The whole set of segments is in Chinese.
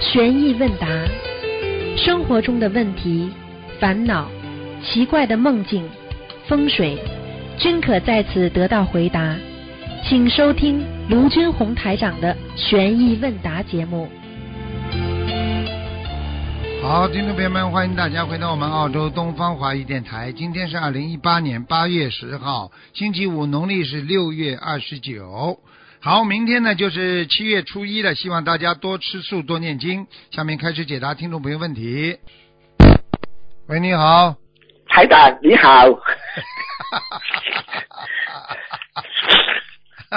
悬疑问答，生活中的问题、烦恼、奇怪的梦境、风水，均可在此得到回答。请收听卢军红台长的悬疑问答节目。好，听众朋友们，欢迎大家回到我们澳洲东方华语电台。今天是二零一八年八月十号，星期五，农历是六月二十九。好，明天呢就是七月初一了，希望大家多吃素，多念经。下面开始解答听众朋友问题。喂，你好。台长你好，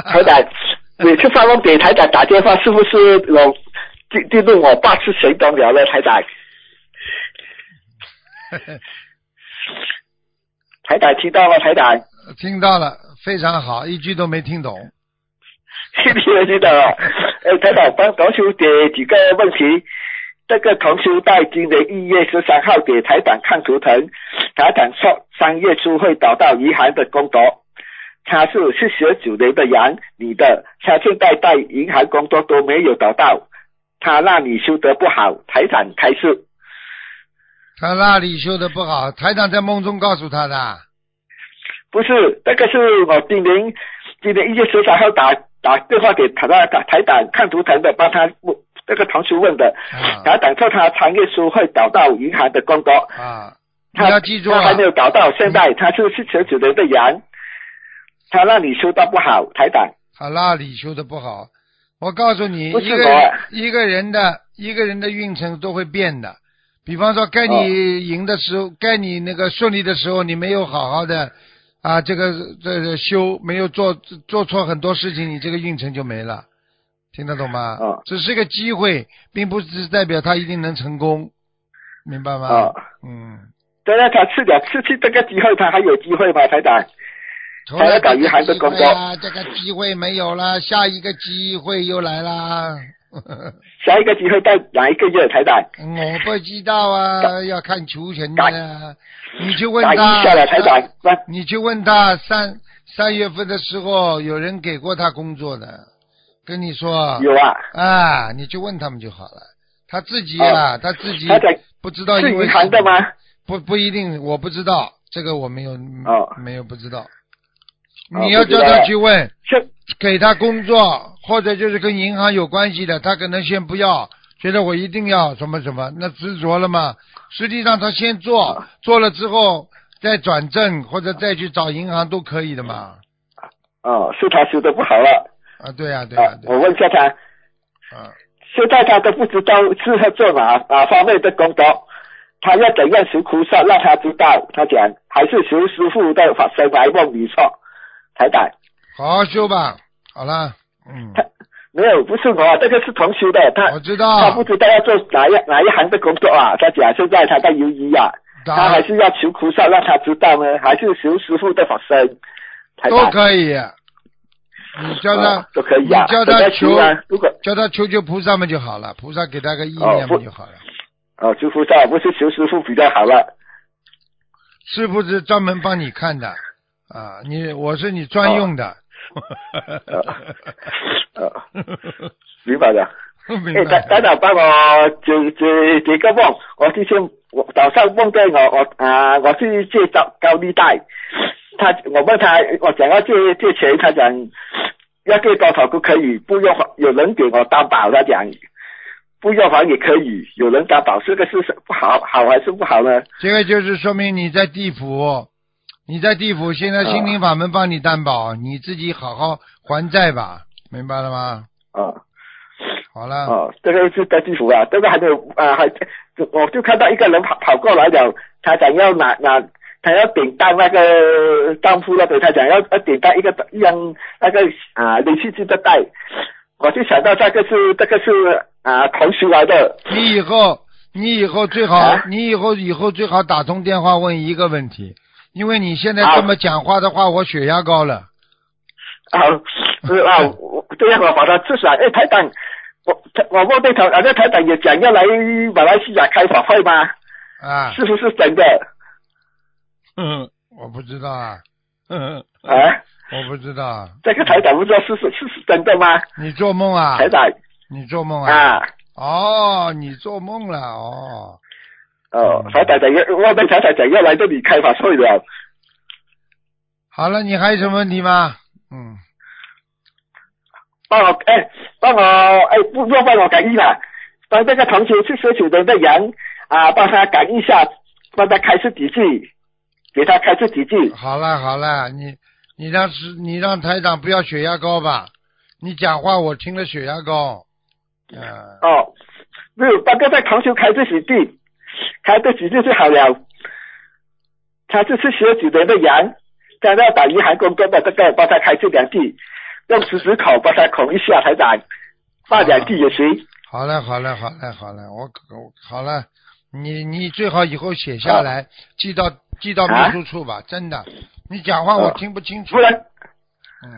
台长，每次发梦给台长打电话，是不是我记记录我爸是谁动了呢？台长，台长听到吗？台长， 听到了，非常好，一句都没听懂。听听听到了。哎，台长帮同修解几个问题。这个同修在今年一月十三号给台长看图腾，台长说三月初会找到银行的工作。他是四十九年的羊，女的，他现在在银行工作都没有找到，他那里修得不好，台长开示。他那里修的不好，台长在梦中告诉他的。啊不是，那个是我今年今年一月十三号打打电话给台长台长看图腾的，帮他那个同学问的，啊台长说他三月初会找到银行的工作，啊，你他要记住他啊还没，有找到，现在他是四十九年的羊，他那里修得不好，台长。他那里修的不好。我告诉你，不是一个我人一个人的一个人的运程都会变的。比方说，该哦你赢的时候，该你那个顺利的时候，你没有好好的啊，这个这个修，没有做做错很多事情，你这个运程就没了。听得懂吗？哦只是个机会，并不是代表他一定能成功，明白吗？哦嗯，对啊，他吃了吃去这个机会，他还有机会吗？台长，除了搞银行的工作啊，这个机会没有了，下一个机会又来啦。下一个机会在哪一个月？台长， 我不知道啊，要看球权的呀。你去问打一他呃啊下，来，台长，那你去问他三三月份的时候有人给过他工作的，跟你说有啊，啊，你去问他们就好了。他自己哦啊，他自己台长不知道是因为银行的吗？不不一定，我不知道这个我没有、哦没有不知道。哦你要不知叫道他了去问，是给他工作或者就是跟银行有关系的，他可能先不要，觉得我一定要什么什么，那执着了嘛。实际上他先做，做了之后再转正或者再去找银行都可以的嘛。哦，是他修的不好了啊，对呀、对呀、啊。对我呀、问一下他，啊。现在他都不知道适合做哪哪方面的工作，他要怎样学菩萨让他知道？他讲还是学师傅的法身来问你说，台长好好修吧，好了，嗯，没有，不是我，这个是同修的，他我知他道，不知道要做哪一哪一行的工作啊。他讲现在他在游医啊。他还是要求菩萨让他知道呢，还是求师傅的法身？台都长可以，你叫他。哦都可以啊，你叫他都在求啊求。如果叫他求求菩萨们就好了，菩萨给他个意念嘛就好了。哦，求菩萨不是求师傅比较好了。师傅是专门帮你看的啊，你我是你专用的。呃，明白了。 明哎，台白台长帮我解解解个梦，我之前我早上梦见我我啊，我去借高高利贷，他我问他我想要借借钱，他讲要借多少都可以，不用还有人给我担保，他讲不用还也可以，有人担保，这个是不好好还是不好呢？这个就是说明你在地府，你在地府，现在心灵法门帮你担保，你自己好好还债吧，明白了吗？啊好了，哦，这个是在地府啊，这个还没有啊，还我就看到一个人跑跑过来了，他想要拿拿，他要顶到那个丈夫那边，他想要要顶到一个一样那个啊连续剧的带，我就想到这个是这个是啊同学来的，你以后，你以后最好，啊你以后以后最好打通电话问一个问题，因为你现在这么讲话的话，我血压高了。啊是啊， 我这样我把他治死了，哎台长，我我问对头，啊那台长也想要来马来西亚开法会吗？啊，是不是真的嗯，我不知道啊，嗯，啊？我不知道啊，这个台长不知道是是是是真的吗？你做梦啊？台长你做梦啊？啊，哦，你做梦了哦。哦，台长讲要，外面台长讲要来这里开法会了。好了，你还有什么问题吗？嗯，帮我哎，帮我哎，不不帮我感应了，帮这个同学去十九的的人啊，帮他感应一下，帮他开示几句，给他开示几句。好了好了，你你让是你让台长不要血压高吧？你讲话我听了血压高。嗯、哦，没有帮这个同学开示几句，开这几句就好了。他就是十九的的人，在那打银行工作的这个，帮他开示两句，用食指口帮他孔一下，台长，放两句也行。好了好了好了好了，我我好了，你你最好以后写下啊来，寄到寄到秘书处吧，真的。你讲话我哦听不清楚。不然嗯，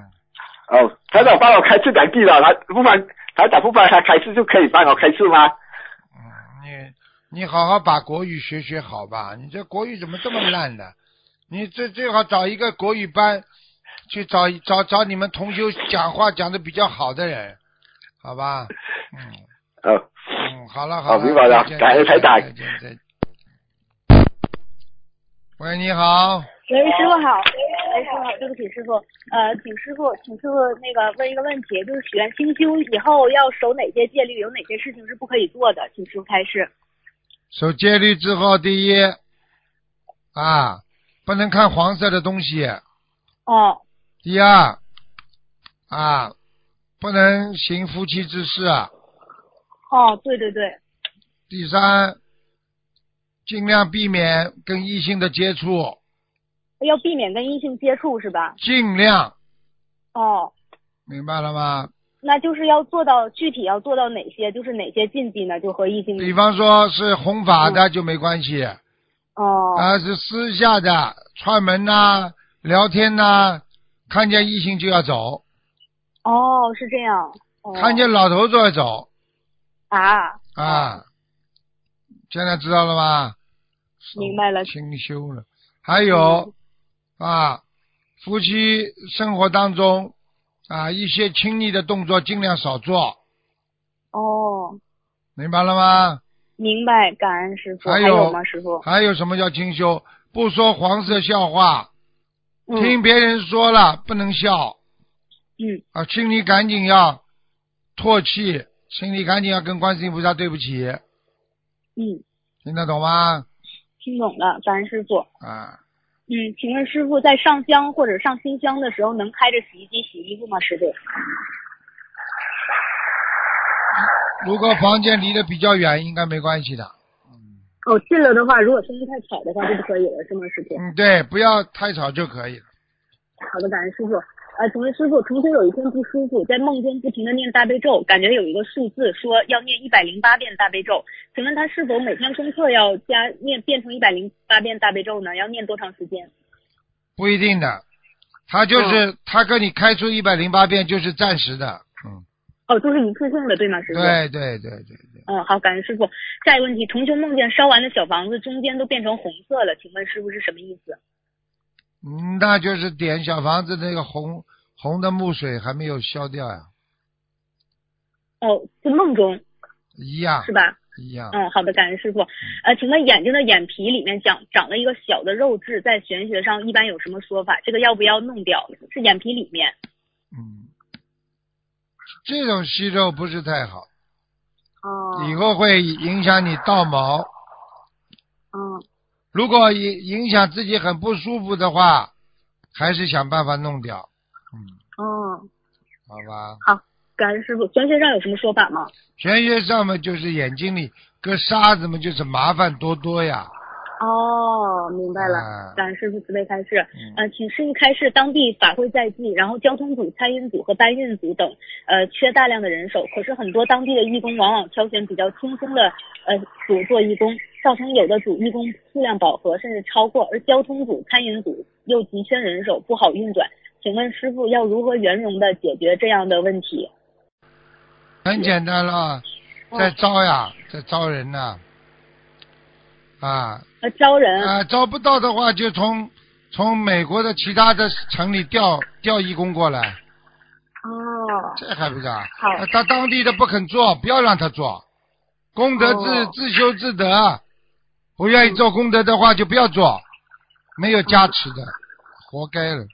哦，台长帮我开示两句了，他不帮台长不帮他开示就可以帮我开示吗？哎你你好好把国语学学好吧，你这国语怎么这么烂的？你最最好找一个国语班，去找找找你们同修讲话讲的比较好的人，好吧？嗯。哦。嗯，好了好了，明白了再见感恩再见台长再见再见喂，你好，喂，师傅好。喂，师傅好，对不起，师傅。呃，请师傅，请师傅那个问一个问题，就是许愿清修以后要守哪些戒律，有哪些事情是不可以做的，请师傅开示。守戒律之后，第一啊，不能看黄色的东西；哦，第二啊，不能行夫妻之事；啊哦，对对对，第三，尽量避免跟异性的接触，要避免跟异性接触是吧？尽量哦，明白了吗？那就是要做到具体要做到哪些，就是哪些禁忌呢？就和异性比方说是弘法的就没关系。嗯哦、啊，是私下的串门呐、聊天呐、看见异性就要走，哦，是这样。哦、看见老头就要走啊，啊。现在知道了吧？明白了嗯清修了。还有、啊，夫妻生活当中啊，一些亲昵的动作尽量少做，哦，明白了吗？明白，感恩师傅。还还有吗，师傅？还有什么叫清修？不说黄色笑话，嗯听别人说了不能笑。嗯，啊，心里赶紧要唾弃，心里赶紧要跟观世音菩萨对不起，嗯，听得懂吗？听懂了，感恩师傅。啊，嗯，请问师傅在上香或者上新香的时候，能开着洗衣机洗衣服吗？师傅？如果房间离得比较远，应该没关系的。哦，进了的话，如果声音太吵的话就不可以了，是吗，师傅？嗯，对，不要太吵就可以了。好的，感恩师傅。呃，请问师傅，曾经有一天不舒服，在梦中不停的念大悲咒，感觉有一个数字说要念一百零八遍大悲咒，请问他是否每天功课要加念变成一百零八遍大悲咒呢？要念多长时间？不一定的，他就是、嗯他跟你开出一百零八遍就是暂时的。嗯，哦，就是一次性的，对吗，师傅？对对对对对，嗯，好，感恩师傅。下一个问题，同学梦见烧完的小房子中间都变成红色了，请问师傅是什么意思？嗯，那就是点小房子那个红红的木水还没有消掉呀，哦，是梦中一样是吧？一样。嗯，好的，感恩师傅。呃，请问眼睛的眼皮里面长长了一个小的肉痣，在玄学上一般有什么说法？这个要不要弄掉？是眼皮里面。嗯，这种息肉不是太好。哦以后会影响你倒毛。嗯，如果影影响自己很不舒服的话，还是想办法弄掉，哦，好吧？感恩师傅。玄学上有什么说法吗？玄学上面就是眼睛里搁沙子嘛，就是麻烦多多呀。哦，明白了。啊感恩师傅慈悲开示。嗯，呃，请师傅开示当地法会在即，然后交通组、餐饮组和搬运组等，呃，缺大量的人手。可是很多当地的义工往往挑选比较轻松的呃组做义工，造成有的组义工数量饱和甚至超过，而交通组、餐饮组又急缺人手，不好运转。请问师傅要如何圆融的解决这样的问题？很简单了，啊哦在招呀，在招人呐、啊。呃，招人啊，招不到的话，就从从美国的其他的城里调调义工过来，哦，这还不是啊？好啊他当地的不肯做，不要让他做，功德自、哦自修自得，不愿意做功德的话就不要做，没有加持的，活该了。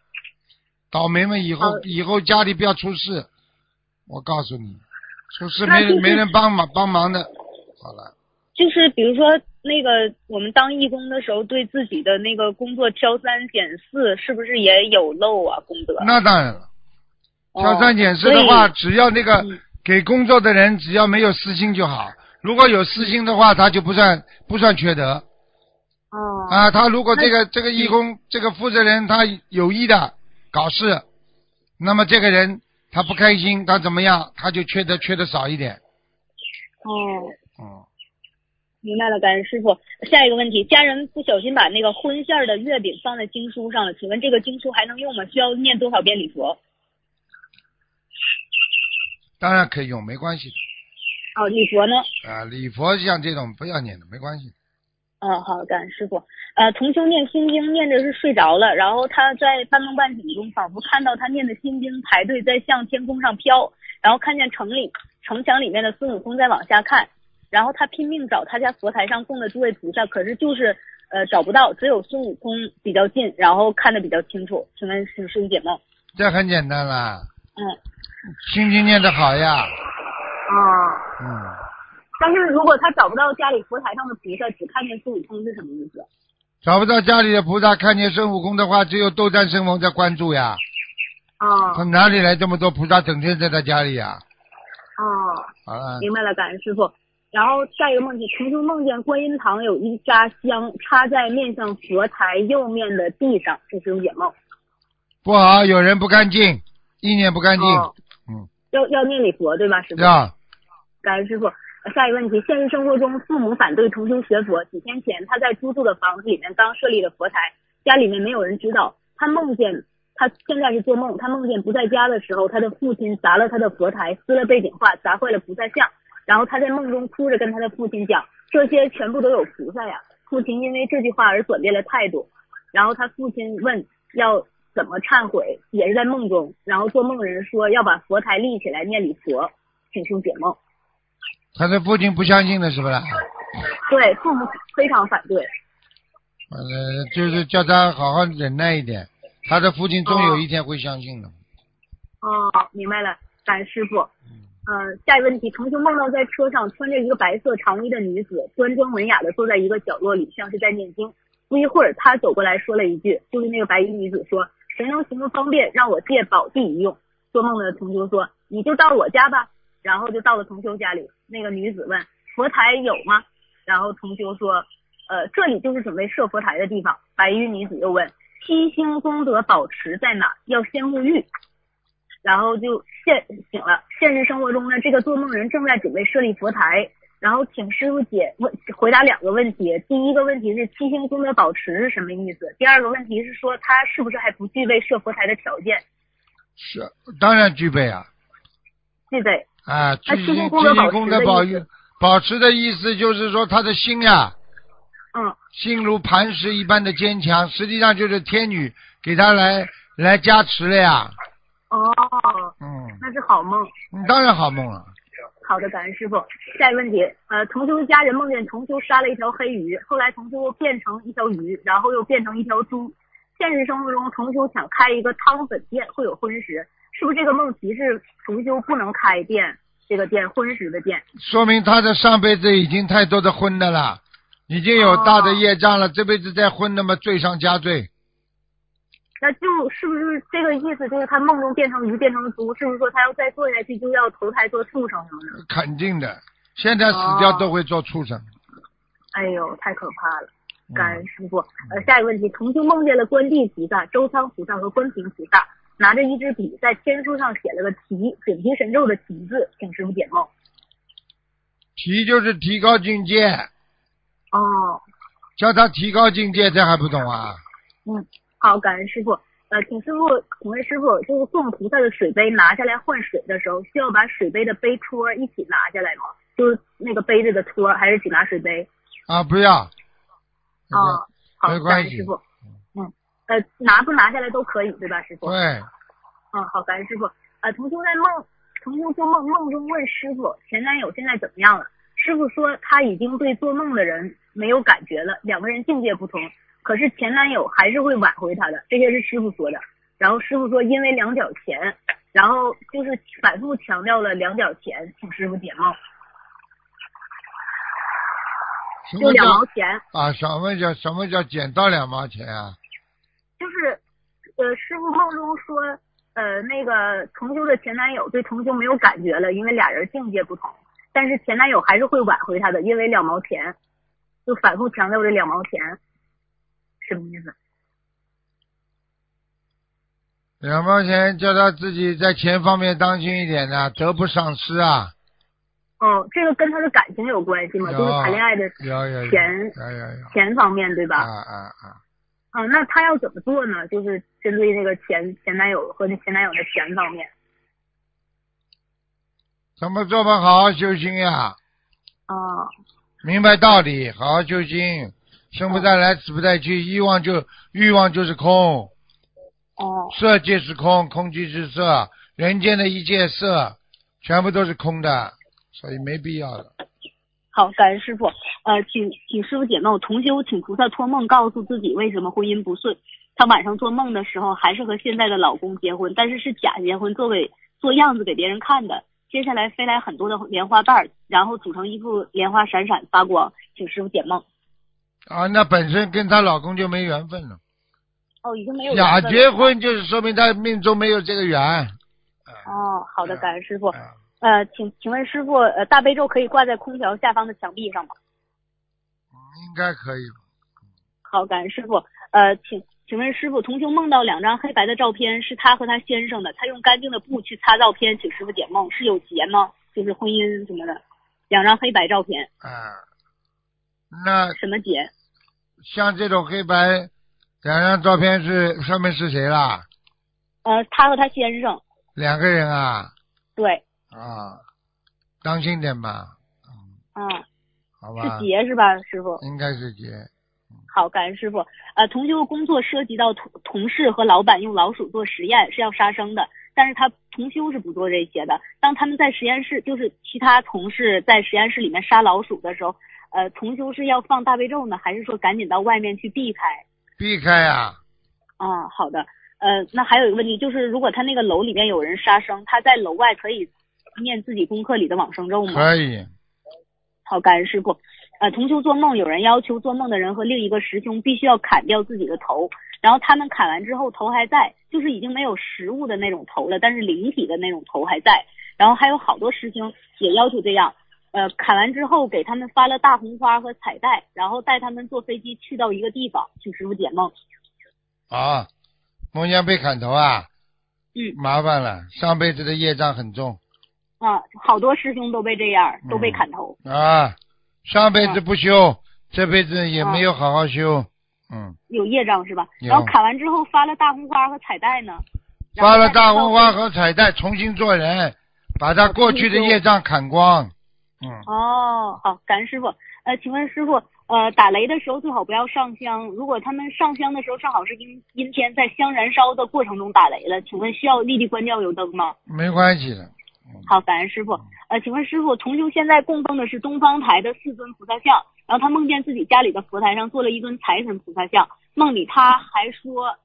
倒霉们以后、哦以后家里不要出事，我告诉你，出事那没人就是没人帮忙帮忙的，好了。就是比如说那个我们当义工的时候，对自己的那个工作挑三拣四，是不是也有漏啊？功德那当然了，哦挑三拣四的话，所以只要那个嗯给工作的人只要没有私心就好。如果有私心的话，他就不算不算缺德哦，啊。他如果这个这个义嗯工这个负责人他有意的搞事，那么这个人他不开心，他怎么样，他就缺德缺的少一点。哦，嗯，明白了，感恩师傅。下一个问题，家人不小心把那个荤馅儿的月饼放在经书上了，请问这个经书还能用吗？需要念多少遍礼佛？当然可以用，没关系哦，礼佛呢？的啊。礼佛像这种不要念的，没关系的。嗯，好，感恩师傅。呃，同修念心经念着是睡着了，然后他在半梦半醒中，仿佛看到他念的心经排队在向天空上飘，然后看见城里城墙里面的孙悟空在往下看，然后他拼命找他家佛台上供的诸位菩萨，可是就是呃找不到，只有孙悟空比较近，然后看得比较清楚。请问请师傅解梦？这很简单啦，嗯，心经念得好呀，哦，嗯。但是如果他找不到家里佛台上的菩萨，只看见孙悟空是什么意思？找不到家里的菩萨，看见孙悟空的话，只有斗战胜佛在关注呀。他哦，哪里来这么多菩萨，整天在他家里呀？哦，好了，明白了，感恩师傅。然后下一个梦境，重修梦见观音堂有一扎香插在面向佛台右面的地上，这是解梦。不好，有人不干净，意念不干净，哦嗯，要要念礼佛对吧，师傅？呀，感恩师傅。下一个问题，现实生活中父母反对重修学佛，几天前他在租住的房子里面刚设立了佛台，家里面没有人知道，他梦见。他现在是做梦，他梦见不在家的时候，他的父亲砸了他的佛台，撕了背景画，砸坏了菩萨像。然后他在梦中哭着跟他的父亲讲，这些全部都有菩萨呀。父亲因为这句话而转变了态度，然后他父亲问要怎么忏悔，也是在梦中。然后做梦人说要把佛台立起来念礼佛，请求解梦。他的父亲不相信了，是不是？对，父母非常反对。呃，就是叫他好好忍耐一点，他的父亲终有一天会相信的。哦，明白了，感恩师傅。呃，下一个问题，重庆梦到在车上穿着一个白色长衣的女子，端庄文雅的坐在一个角落里，像是在念经。不一会儿，她走过来说了一句，就是那个白衣女子说：“谁能行个方便，让我借宝地一用？”做梦的同修说：“你就到我家吧。”然后就到了同修家里。那个女子问：“佛台有吗？”然后同修说：“呃，这里就是准备设佛台的地方。”白衣女子又问：“七星功德宝池在哪？要先沐浴。”然后就现醒了。现实生活中呢，这个做梦人正在准备设立佛台，然后请师傅解问回答两个问题。第一个问题是七星功德宝池是什么意思？第二个问题是说他是不是还不具备设佛台的条件？是，当然具备啊，具备。啊，具那积七积星功德宝功石德的宝意思保持的意思就是说他的心呀、嗯，心如磐石一般的坚强，实际上就是天女给他来来加持了呀。哦，嗯，那是好梦。你当然好梦了。好的，感恩师傅。下一个问题，呃，同修家人梦见同修杀了一条黑鱼，后来同修又变成一条鱼，然后又变成一条猪。现实生活中，同修想开一个汤粉店，会有荤食，是不是这个梦提示同修不能开店这个店荤食的店？说明他的上辈子已经太多的荤的了，已经有大的业障哦了，这辈子再荤，那么罪上加罪。那就是不是这个意思？就是他梦中变成鱼，变成猪，是不是说他要再做下去就要投胎做畜生什么的？肯定的，现在死掉都会做畜生。哎呦，太可怕了！嗯感恩师傅。呃，下一个问题，同修梦见了观地菩萨、周仓菩萨和观平菩萨，拿着一支笔在天书上写了个“提”，准提神咒的“提”字，请师傅解梦。提就是提高境界，哦，叫他提高境界，这还不懂啊？嗯，好，感恩师傅。呃，请师傅，请问师傅，就是供菩萨的水杯拿下来换水的时候，需要把水杯的杯托一起拿下来吗？就是那个杯子的托，还是只拿水杯？啊，不要。哦，好，没感关恩系师傅。嗯，呃，拿不拿下来都可以，对吧，师傅？对，嗯，好，感恩师傅。呃，同修在梦，同修做梦，梦中问师傅前男友现在怎么样了？师傅说他已经对做梦的人没有感觉了，两个人境界不同，可是前男友还是会挽回他的，这些是师傅说的。然后师傅说因为两角钱，然后就是反复强调了两角钱，请师傅解梦，什就么两毛叫钱，啊？什么叫什么叫捡到两毛钱啊？就是呃师傅梦中说呃那个同修的前男友对同修没有感觉了，因为俩人境界不同，但是前男友还是会挽回他的，因为两毛钱，就反复强调这两毛钱，什么意思？两毛钱叫他自己在钱方面当心一点呐、得不偿失啊！哦，这个跟他的感情有关系吗？有就是谈恋爱的有有有钱有有有钱方面，对啊吧？啊啊！啊、那他要怎么做呢？就是针对那个前前男友和那前男友的钱方面。怎么做法？好好修心呀、哦，明白道理，好好修心。生不带来，死不带去，欲望就欲望就是空，哦，色即是空，空即是色，人间的一切色全部都是空的，所以没必要了。好，感恩师傅。呃，请请师傅解梦，同修请菩萨托梦告诉自己为什么婚姻不顺。她晚上做梦的时候还是和现在的老公结婚，但是是假结婚，做给做样子给别人看的。接下来飞来很多的莲花瓣儿，然后组成一副莲花闪闪发光，请师傅解梦。啊，那本身跟她老公就没缘分了。哦，已经没有假缘分了结婚就是说明她命中没有这个缘。哦，好的，感恩师傅。啊呃，请请问师傅，呃，大悲咒可以挂在空调下方的墙壁上吗？应该可以吧。好，感恩师傅。呃，请请问师傅，同修梦到两张黑白的照片，是他和他先生的，他用干净的布去擦照片，请师傅解梦，是有结吗？就是婚姻什么的，两张黑白照片啊，那什么结？像这种黑白两张照片是上面是谁啦？呃，他和他先生，两个人啊对，啊，当心点吧，嗯，好是吧？结是吧，师傅？应该是结。好，感恩师傅。呃，同修工作涉及到同同事和老板用老鼠做实验是要杀生的，但是他同修是不做这些的。当他们在实验室，就是其他同事在实验室里面杀老鼠的时候，呃，同修是要放大悲咒呢，还是说赶紧到外面去避开？避开啊，啊、好的。呃，那还有一个问题就是，如果他那个楼里面有人杀生，他在楼外可以念自己功课里的往生咒吗？可以。好，感恩师傅。呃，同修做梦，有人要求做梦的人和另一个师兄必须要砍掉自己的头，然后他们砍完之后头还在，就是已经没有实物的那种头了，但是灵体的那种头还在。然后还有好多师兄也要求这样，呃，砍完之后给他们发了大红花和彩带，然后带他们坐飞机去到一个地方，请师傅解梦。啊，孟姜被砍头啊，嗯麻烦了，上辈子的业障很重啊，好多师兄都被这样，都嗯被砍头。啊，上辈子不啊修，这辈子也没有好好修，嗯，有业障是吧？有然后砍完之后发了大红花和彩带呢？然后发了大带他们红到花和彩带，重新做人，把他过去的业障砍光，嗯，哦，好，感恩师傅。呃，请问师傅，呃，打雷的时候最好不要上香。如果他们上香的时候正好是阴阴天，在香燃烧的过程中打雷了，请问需要立即关掉油灯吗？没关系的，好，感恩师傅。呃，请问师傅，同修现在供奉的是东方台的四尊菩萨像，然后他梦见自己家里的佛台上做了一尊财神菩萨像，梦里他还说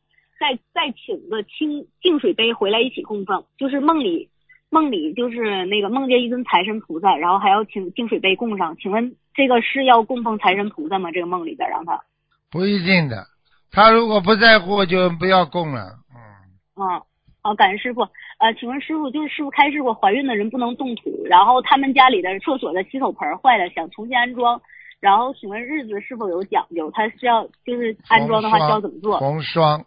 再再请个清净水杯回来一起供奉，就是梦里梦里就是那个梦见一尊财神菩萨，然后还要请净水杯供上，请问这个是要供奉财神菩萨吗？这个梦里边让他，不一定的。他如果不在乎，就不要供了，嗯，嗯，好，感恩师傅。呃，请问师傅，就是师傅开示过，怀孕的人不能动土，然后他们家里的厕所的洗手盆坏了，想重新安装。然后请问日子是否有讲究？他是要就是安装的红话需双要怎么做？红双，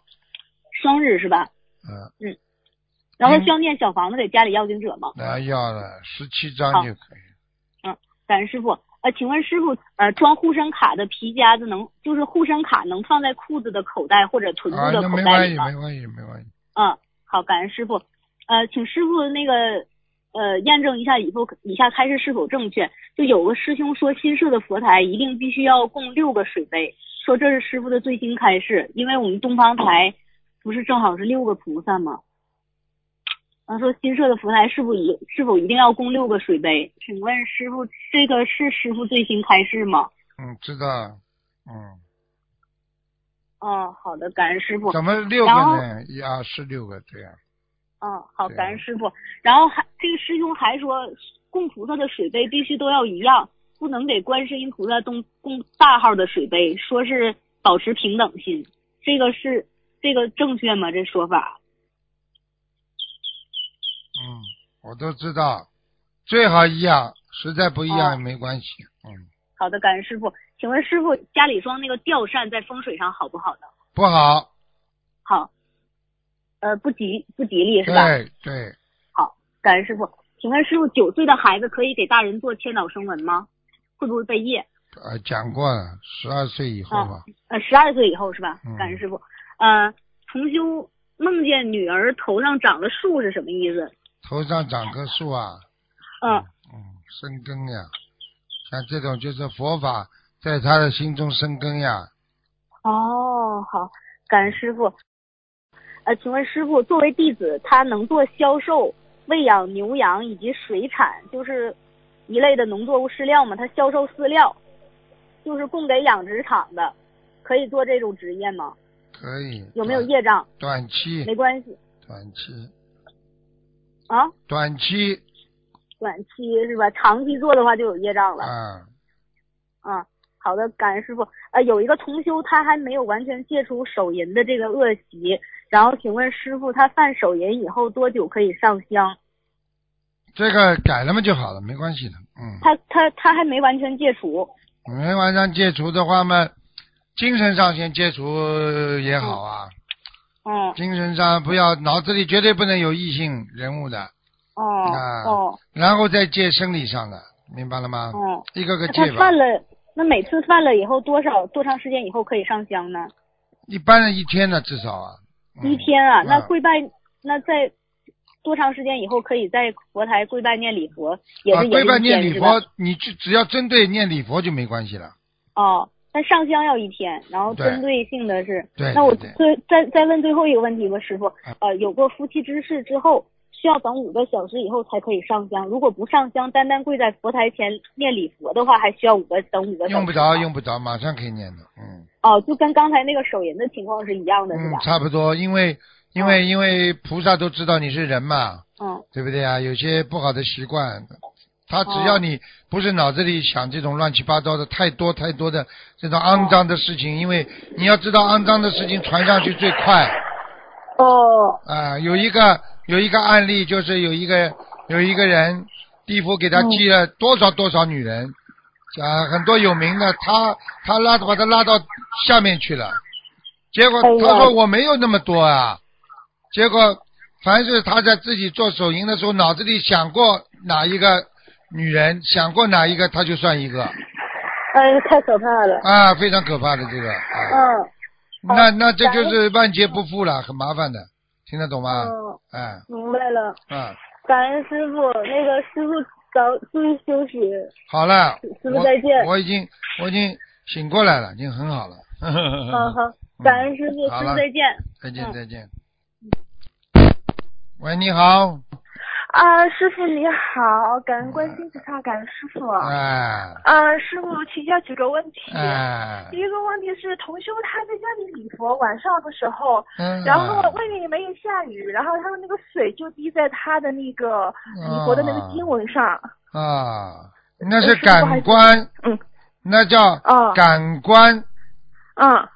生日是吧？嗯，然后嗯需要念小房子给家里要经者吗？那要了十七张好就可以了。感恩师傅。呃，请问师傅，呃，装护身卡的皮夹子能，就是护身卡能放在裤子的口袋或者臀部啊，的那口没袋关里系，吗？没关系，没关系。嗯，好，感恩师傅。呃，请师傅那个呃验证一下以后以下开示是否正确。就有个师兄说新设的佛台一定必须要供六个水杯，说这是师傅的最新开示，因为我们东方台不是正好是六个菩萨吗？嗯，说新设的福台是否一是否一定要供六个水杯？请问师傅，这个是师傅最新开示吗？嗯，知道，嗯，嗯，好的，感恩师傅。怎么六个呢？一二是六个，对呀、嗯，好，对感恩师傅。然后还这个师兄还说，供菩萨的水杯必须都要一样，不能给观世音菩萨供供大号的水杯，说是保持平等心。这个是这个正确吗？这说法？嗯，我都知道，最好一样，实在不一样哦也没关系，嗯，好的，感恩师傅。请问师傅，家里装那个吊扇在风水上好不好呢？不好，好，呃，不吉不吉利是吧？对对，好，感恩师傅。请问师傅，九岁的孩子可以给大人做千岛声纹吗？会不会被业？呃，讲过了，十二岁以后啊吧，呃，十二岁以后是吧嗯？感恩师傅。呃，重修梦见女儿头上长了树是什么意思？头上长棵树啊，嗯，嗯，生根呀，像这种就是佛法在他的心中生根呀，哦，好，感恩师傅。呃，请问师傅，作为弟子，他能做销售、喂养牛羊以及水产，就是一类的农作物饲料吗？他销售饲料，就是供给养殖场的，可以做这种职业吗？可以。有没有短业障？短期？没关系短期，啊，短期短期是吧？长期做的话就有业障了。啊，啊，好的，感恩师傅。呃，有一个同修，他还没有完全戒除手淫的这个恶习，然后请问师傅，他犯手淫以后多久可以上香？这个改了嘛就好了，没关系的。嗯，他他他还没完全戒除。没晚上戒除的话嘛，精神上先戒除也好啊，嗯，精神上不要脑子里绝对不能有异性人物的，哦啊哦然后再戒生理上的，明白了吗？哦，一个个他戒吧犯。了，那每次犯了以后多少多长时间以后可以上香呢？一般人一天呢，至少啊。嗯一天啊，那嗯跪拜那在多长时间以后可以在佛台跪拜念礼佛，也啊，是跪也拜是一念天礼是吧？佛，你就只要针对念礼佛就没关系了。哦，但上香要一天，然后对针对性的是。对那我对对啊最再再问最后一个问题吧，师傅。呃，有过夫妻之事之后，需要等五个小时以后才可以上香。如果不上香，单单跪在佛台前念礼佛的话，还需要五个等五个小时。用不着，。用不着，马上可以念的。嗯。哦，就跟刚才那个手淫的情况是一样的，是嗯吧，？差不多，因为因为、因为菩萨都知道你是人嘛，嗯。对不对啊？有些不好的习惯，他只要哦你不是脑子里想这种乱七八糟的太多太多的这种肮脏的事情，因为你要知道肮脏的事情传上去最快哦。啊、有一个有一个案例就是有一个有一个人，地府给他寄了嗯多少多少女人。啊，很多有名的，他他拉把他拉到下面去了，结果哎呀他说我没有那么多啊，结果凡是他在自己做手淫的时候，脑子里想过哪一个女人，想过哪一个，他就算一个哎，太可怕了。啊，非常可怕的这个啊，嗯。那那这就是万劫不复了，很麻烦的，听得懂吗？嗯，哎明白了。啊，感恩师傅，那个师傅早注意休息。好了，师傅再见我我已经我已经醒过来了，已经很好了。好好，感恩师嗯傅嗯好了师傅再见。 再见嗯再见。喂，你好，啊，师傅你好，感恩观心菩萨，感恩师傅。哎啊，师傅，请教几个问题。哎，嗯第一个问题是，同修他在家里礼佛，晚上的时候，嗯然后外面也没有下雨，然后他的那个水就滴在他的那个礼佛的那个经文上。啊，嗯那是感官，嗯那叫哦感官，嗯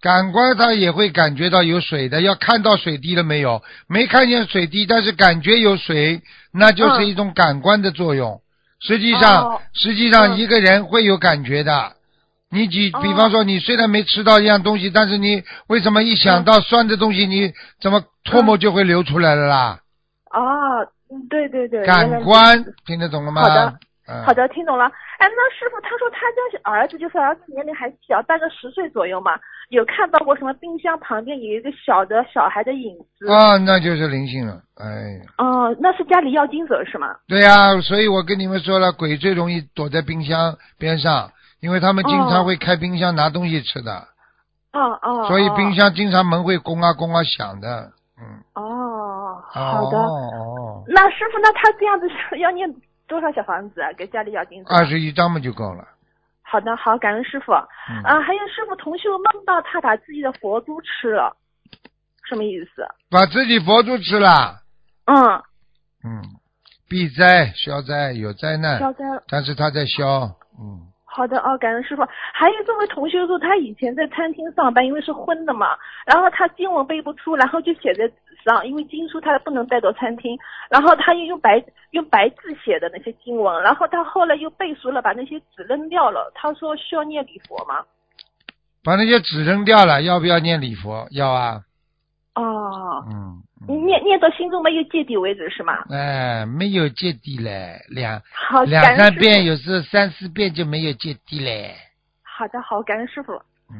感官它也会感觉到有水的，要看到水滴了没有？没看见水滴，但是感觉有水，那就是嗯一种感官的作用。实际上，哦实际上嗯一个人会有感觉的。你几哦比方说，你虽然没吃到一样东西，但是你为什么一想嗯到酸的东西，你怎么唾沫就会流出来了啦？哦，嗯对对对，原来感如官此。听得懂了吗？好的嗯，好的，听懂了。哎，那师傅他说他家是儿子，就是儿子年龄还小，大概十岁左右嘛，有看到过什么冰箱旁边有一个小的小孩的影子。啊，那就是灵性了。哎，哦，那是家里要金者是吗？对呀、所以我跟你们说了，鬼最容易躲在冰箱边上，因为他们经常哦会开冰箱拿东西吃的，哦哦。所以哦冰箱经常门会咣啊咣啊响的。嗯，哦，哦好的，哦哦，那师傅，那他这样子 要念多少小房子啊？给家里要金子？二十一张嘛就够了。好的，好，感恩师傅。嗯，啊，还有师傅，同修梦到他把自己的佛珠吃了，什么意思？把自己佛珠吃了，嗯，嗯，避灾消灾有灾难消，灾了。但是他在消，嗯，好的哦，感恩师傅。还有这位同修说，他以前在餐厅上班，因为是荤的嘛，然后他经文背不出，然后就写在纸上，因为经书他不能带到餐厅，然后他又用白用白字写的那些经文，然后他后来又背熟了，把那些纸扔掉了。他说需要念礼佛吗？把那些纸扔掉了，要不要念礼佛？要啊，哦，嗯，你嗯念念到心中没有芥蒂为止是吗？哎，没有芥蒂嘞，两好，两感恩三师傅。遍，有时候三四遍就没有芥蒂嘞，好的，好，感恩师傅。嗯，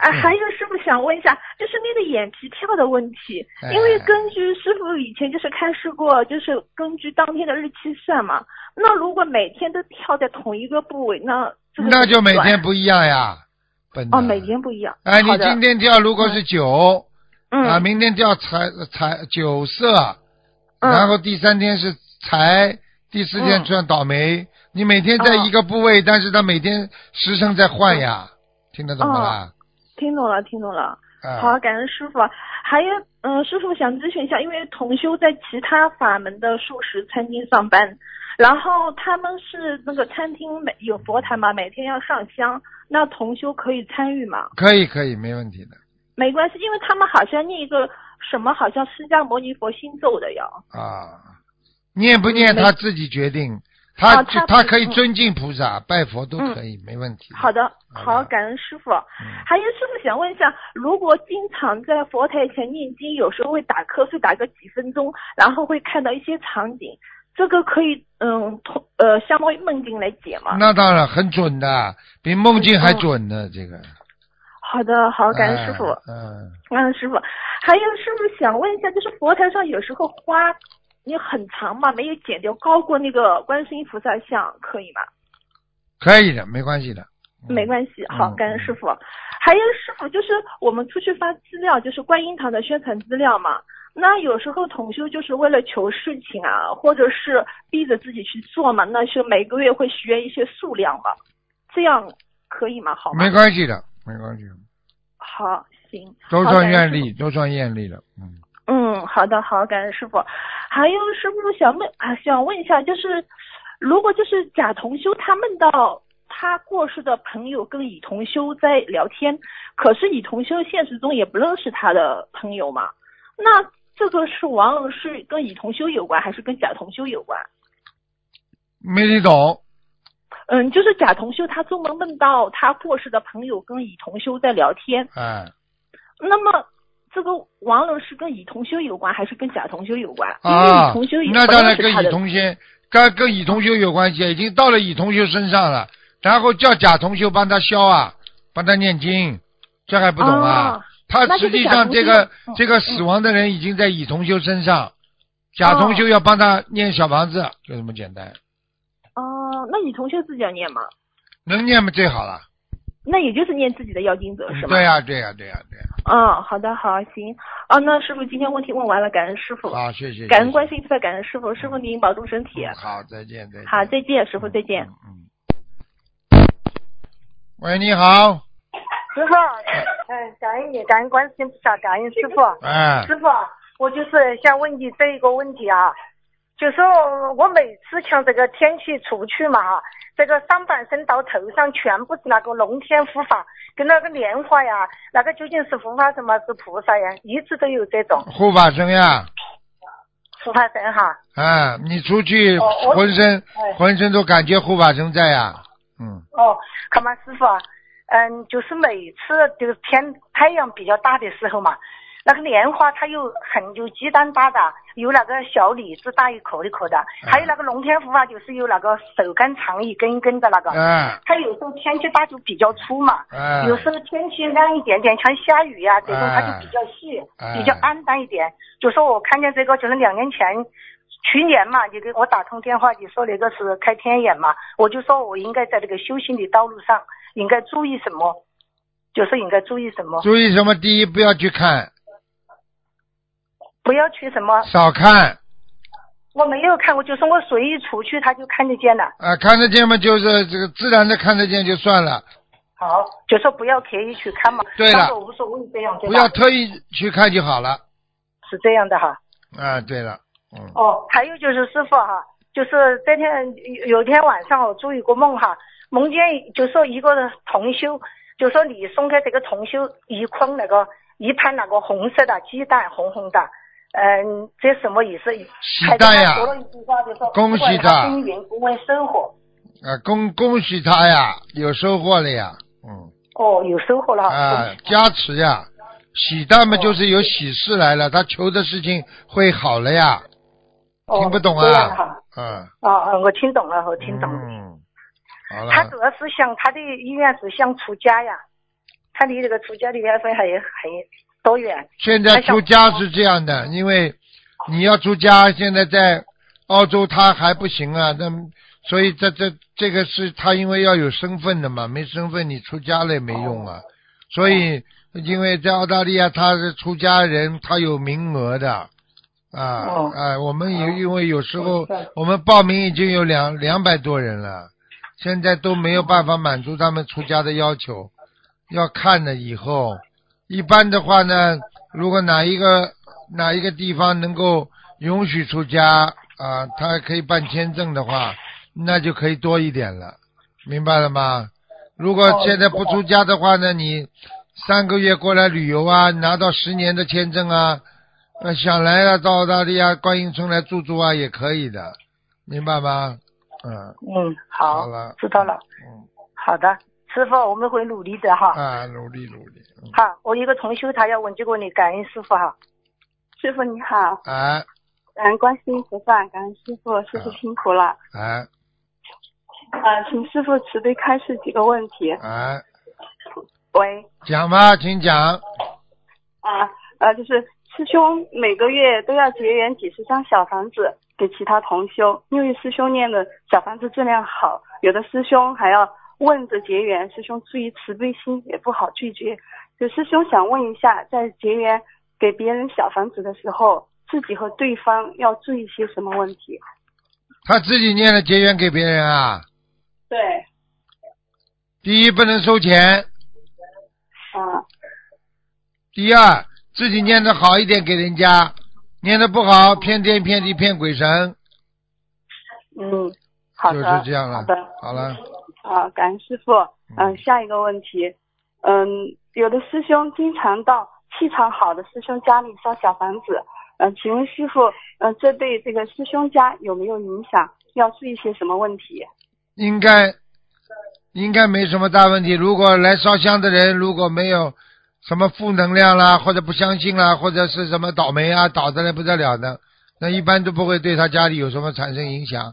啊，嗯还有师傅想问一下，就是那个眼皮跳的问题，哎因为根据师傅以前就是开示过，就是根据当天的日期算嘛。那如果每天都跳在同一个部位，那这个那就怎么每算天不一样呀，笨的。哦，每天不一样。哎，你好的今天跳如果是九、嗯啊，明天跳财财九色，嗯然后第三天是财，第四天嗯算倒霉。你每天在一个部位，但是他每天时辰在换呀，嗯听得懂吗啦？听懂了，听懂了。啊，哦好，感恩师傅。还有，嗯，师傅想咨询一下，因为同修在其他法门的素食餐厅上班，然后他们是那个餐厅每有佛台嘛，每天要上香，那同修可以参与吗？可以可以，没问题的没关系，因为他们好像念一个什么，好像释迦牟尼佛心咒的要。啊。念不念嗯没他自己决定，他、哦他他不可以嗯尊敬菩萨、拜佛都可以，没问题。好的，的，好好，的感恩师傅。嗯还有师傅想问一下，如果经常在佛台前念经，有时候会打瞌睡，打个几分钟，然后会看到一些场景，这个可以嗯通呃相当于梦境来解吗？那当然很准的，比梦境还准呢。这个，好的，好，哦感恩师傅，嗯、嗯感恩师傅。还有师傅想问一下，就是佛台上有时候花你很长嘛，没有剪掉，高过那个观世音菩萨像，可以吗？可以的，没关系的。嗯没关系，好，嗯感恩嗯师傅。还有师傅，就是我们出去发资料，就是观音堂的宣传资料嘛。那有时候同修就是为了求事情啊，或者是逼着自己去做嘛，那是每个月会许愿一些数量嘛，这样可以吗？好吗没？关系的，没关系的，好，行，都好算感恩愿师傅力，都算愿力了。嗯，嗯，好的，好，感恩师傅。还有师傅想问啊，想问一下，就是如果就是甲同修他梦到他过世的朋友跟乙同修在聊天，可是乙同修现实中也不认识他的朋友嘛，那这个是亡人是跟乙同修有关，还是跟甲同修有关？没听懂。嗯，就是甲同修他做梦梦到他过世的朋友跟乙同修在聊天，哎，那么。这个亡人是跟乙同修有关，还是跟甲同修有关？啊因为乙同修也，那不当认然识跟他乙的同修，跟跟乙同修有关系，已经到了乙同修身上了，然后叫甲同修帮他消啊，帮他念经，这还不懂啊？哦他那实就是际甲上同这修个、嗯这个死亡的人已经在乙同修身上，甲同修要帮他念小房子，就这么简单，哦，那你同学自己要念吗？能念吗？最好了。嗯那也就是念自己的要经者是吗？对呀、啊对呀、对呀、对呀、嗯，好的，好，行。哦，那师傅今天问题问完了，感恩师傅，好，谢谢。感恩关系。心菩萨，感恩师傅，师傅您保重身体。嗯好，再见，再见。好，再见，师傅，再见。嗯。嗯喂，你好，师傅，嗯，感恩你，感恩观世音菩萨，感恩师傅。哎，师傅，我就是想问你这一个问题啊，就说我每次像这个天气出去嘛哈，这个上半身到头上全部是那个龙天护法，跟那个莲花呀，那个究竟是护法神嘛，是菩萨呀？一直都有这种护法神呀，护法神哈。啊，你出去哦我浑身哎浑身都感觉护法神在呀，嗯，哦，看嘛，师傅啊，嗯，就是每次就是天太阳比较大的时候嘛，那个莲花它有很有鸡蛋大的，有那个小李子大一颗一颗的，还有那个龙天护啊，就是有那个手干长一根一根的那个。哎它有时候天气大就比较粗嘛，哎有时候天气亮一点点，像下雨啊呀、这种哎它就比较细，哎比较暗淡一点。就说我看见这个，就是两年前，去年嘛，你给我打通电话，你说那个是开天眼嘛，我就说我应该在这个修行的道路上应该注意什么，就是应该注意什么，注意什么？第一，不要去看，不要去什么少看，我没有看过，就是我随意出去，他就看得见了。啊，看得见嘛，就是这个自然的看得见就算了，好，就说不要刻意去看嘛，对了当做无所谓这样，对不吧？要特意去看就好了。是这样的哈。啊，对了，嗯，哦，还有就是师傅哈，就是这天有有一天晚上我做一个梦哈，梦见就说一个同修，就说你送给这个同修一筐那个一盘那个红色的鸡蛋，红红的，嗯，这什么意思？喜蛋呀还跟他说了一句话就说恭喜不管他他耕耘不问收获。啊，恭恭喜他呀，有收获了呀，嗯，哦，有收获了哈。嗯啊恭，喜加持呀，喜蛋嘛就是有喜事来了，他求的事情会好了呀，哦听不懂这样啊哈，嗯，哦哦，我听懂了，我听懂了。嗯，好他了主，要是想他的嗯意愿是想出家呀，他离这个出家的缘分还很多远。现在出家是这样的，因为你要出家，现在在澳洲他还不行啊，那么所以这这这个是他因为要有身份的嘛，没身份你出家了也没用哦啊，所以因为在澳大利亚他是出家人，他有名额的。啊、哦啊！我们有因为有时候我知道我们报名已经有两两百多人了，现在都没有办法满足他们出家的要求，要看的以后。一般的话呢，如果哪一个哪一个地方能够允许出家啊，他可以办签证的话，那就可以多一点了，明白了吗？如果现在不出家的话呢，你三个月过来旅游啊，拿到十年的签证啊，呃，想来啊，到澳大利亚观音村来住住啊，也可以的，明白吗？嗯，嗯，好了知道了。嗯，好的，师傅，我们会努力的哈。啊，努力努力，嗯好，我一个同修他要问这个问题，感恩师傅哈。师傅你好，哎感恩观世音菩萨，感恩师傅，师傅辛苦了。哎呃，请师傅慈悲开示几个问题。哎，喂，讲吧，请讲。啊呃，就是师兄每个月都要结缘几十张小房子给其他同修，因为师兄念的小房子质量好，有的师兄还要问着结缘，师兄出于慈悲心也不好拒绝。就师兄想问一下，在结缘给别人小房子的时候，自己和对方要注意些什么问题？他自己念了结缘给别人啊。对，第一，不能收钱；啊、第二，自己念的好一点给人家，念的不好骗天骗地骗鬼神，嗯，好就的，是这样好了的，。好了，啊，感恩师傅。嗯，下一个问题，嗯，有的师兄经常到气场好的师兄家里烧小房子，嗯，请问师傅，嗯，这对这个师兄家有没有影响？要注意些什么问题？应该应该没什么大问题。如果来烧香的人如果没有什么负能量啦，或者不相信啦，或者是什么倒霉啊，倒的来不得了的，那一般都不会对他家里有什么产生影响。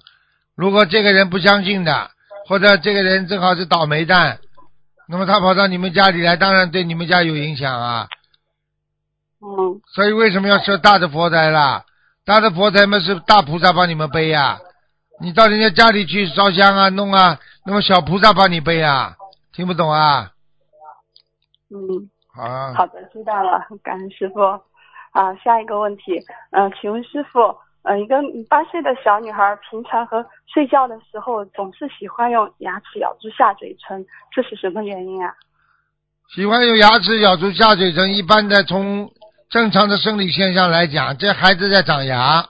如果这个人不相信的，或者这个人正好是倒霉蛋，那么他跑到你们家里来，当然对你们家有影响啊。嗯，所以为什么要设大的佛台啦？大的佛台嘛是大菩萨帮你们背啊呀、你到人家家里去烧香啊、弄啊，那么小菩萨帮你背啊，听不懂啊？嗯，好啊，好的，知道了，感恩师傅。啊，下一个问题，嗯，请问师傅，嗯，一个八岁的小女孩平常和睡觉的时候总是喜欢用牙齿咬住下嘴唇，这是什么原因啊？喜欢用牙齿咬住下嘴唇，一般的从正常的生理现象来讲，这孩子在长牙，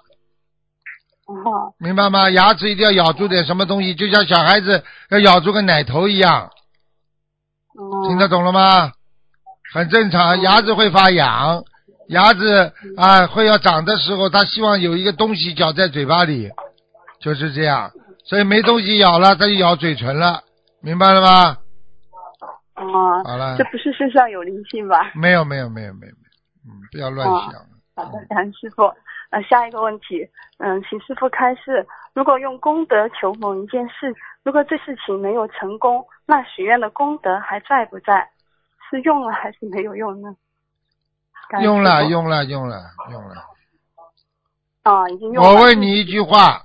哦，明白吗？牙齿一定要咬住点什么东西，就像小孩子要咬住个奶头一样，嗯听得懂了吗？很正哦常，牙齿会发痒，牙齿啊会要长的时候，他希望有一个东西咬在嘴巴里，就是这样。所以没东西咬了，他就咬嘴唇了，明白了吗？啊，好了这，不是身上有灵性吧？没有没有没有没有，嗯，不要乱哦想。好的，感恩师傅。呃，下一个问题，嗯，请师傅开示，如果用功德求某一件事，如果这事情没有成功，那许愿的功德还在不在？是用了还是没有用呢？感恩用了师傅用了用了用了。啊，已经用了。我问你一句话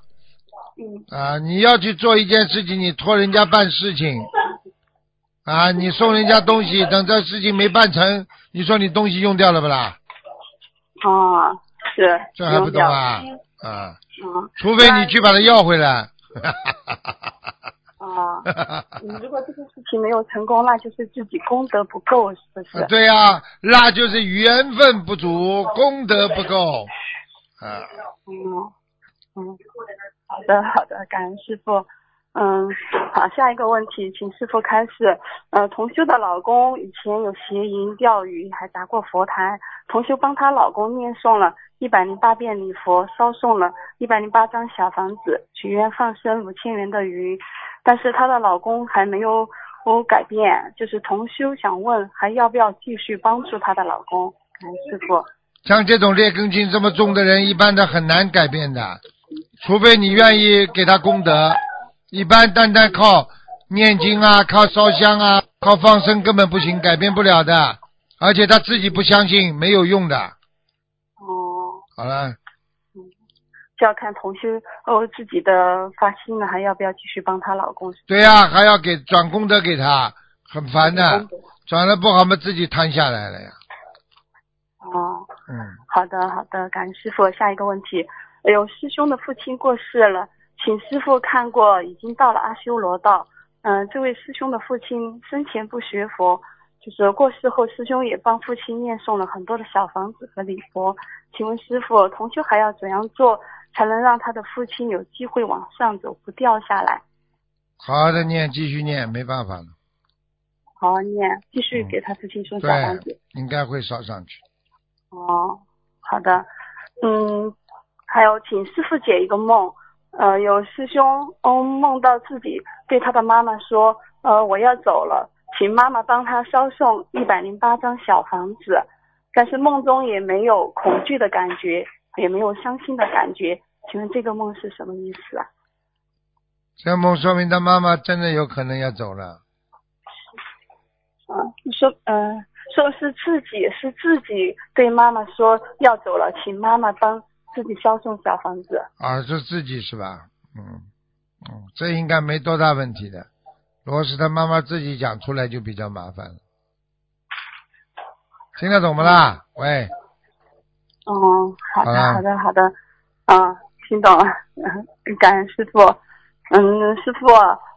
嗯，啊，你要去做一件事情，你托人家办事情啊，你送人家东西，等这事情没办成，你说你东西用掉了不啦？啊，是这还不用懂掉啊？啊，啊除非你去把它要回来。 啊！嗯如果这件事情没有成功，那就是自己功德不够，是不 是？对呀、那就是缘分不足，功德不够。啊，嗯嗯，好的好的，感恩师傅。嗯，好，下一个问题，请师傅开始。呃，同修的老公以前有邪淫、钓鱼，还砸过佛台。同修帮她老公念诵了一百零八遍礼佛，烧送了一百零八张小房子，许愿放生五千元的鱼，但是她的老公还没有哦改变。就是同修想问，还要不要继续帮助她的老公？感恩师傅。像这种劣根性这么重的人，一般的很难改变的，除非你愿意给他功德。一般单单靠念经啊，靠烧香啊，靠放生根本不行，改变不了的。而且他自己不相信，没有用的。哦、好了，就要看同修哦自己的发心啊了，还要不要继续帮她老公？对呀、还要给转功德给他，很烦的功。德转了不好嘛，自己摊下来了呀。哦，嗯，好的好的，感恩师傅。下一个问题，有师兄的父亲过世了，请师傅看过，已经到了阿修罗道。嗯、这位师兄的父亲生前不学佛，就是过世后，师兄也帮父亲念诵了很多的小房子和礼佛。请问师傅，同修还要怎样做才能让他的父亲有机会往上走，不掉下来？好好的念，继续念，没办法了。好好念，继续给他父亲送小房子。对，应该会烧上去。哦，好的，嗯，还有请师傅解一个梦，呃，有师兄哦梦到自己对他的妈妈说，呃，我要走了，请妈妈帮他烧送一百零八张小房子，但是梦中也没有恐惧的感觉，也没有伤心的感觉，请问这个梦是什么意思啊？这梦说明他妈妈真的有可能要走了。嗯、说，呃，说是自己是自己对妈妈说要走了，请妈妈帮自己烧送小房子。啊，是自己是吧？嗯，嗯，这应该没多大问题的。如果是他妈妈自己讲出来，就比较麻烦了。听得懂不啦？喂，哦，好的，啊好的，好的，啊，听懂了， 感恩师傅。嗯，师傅，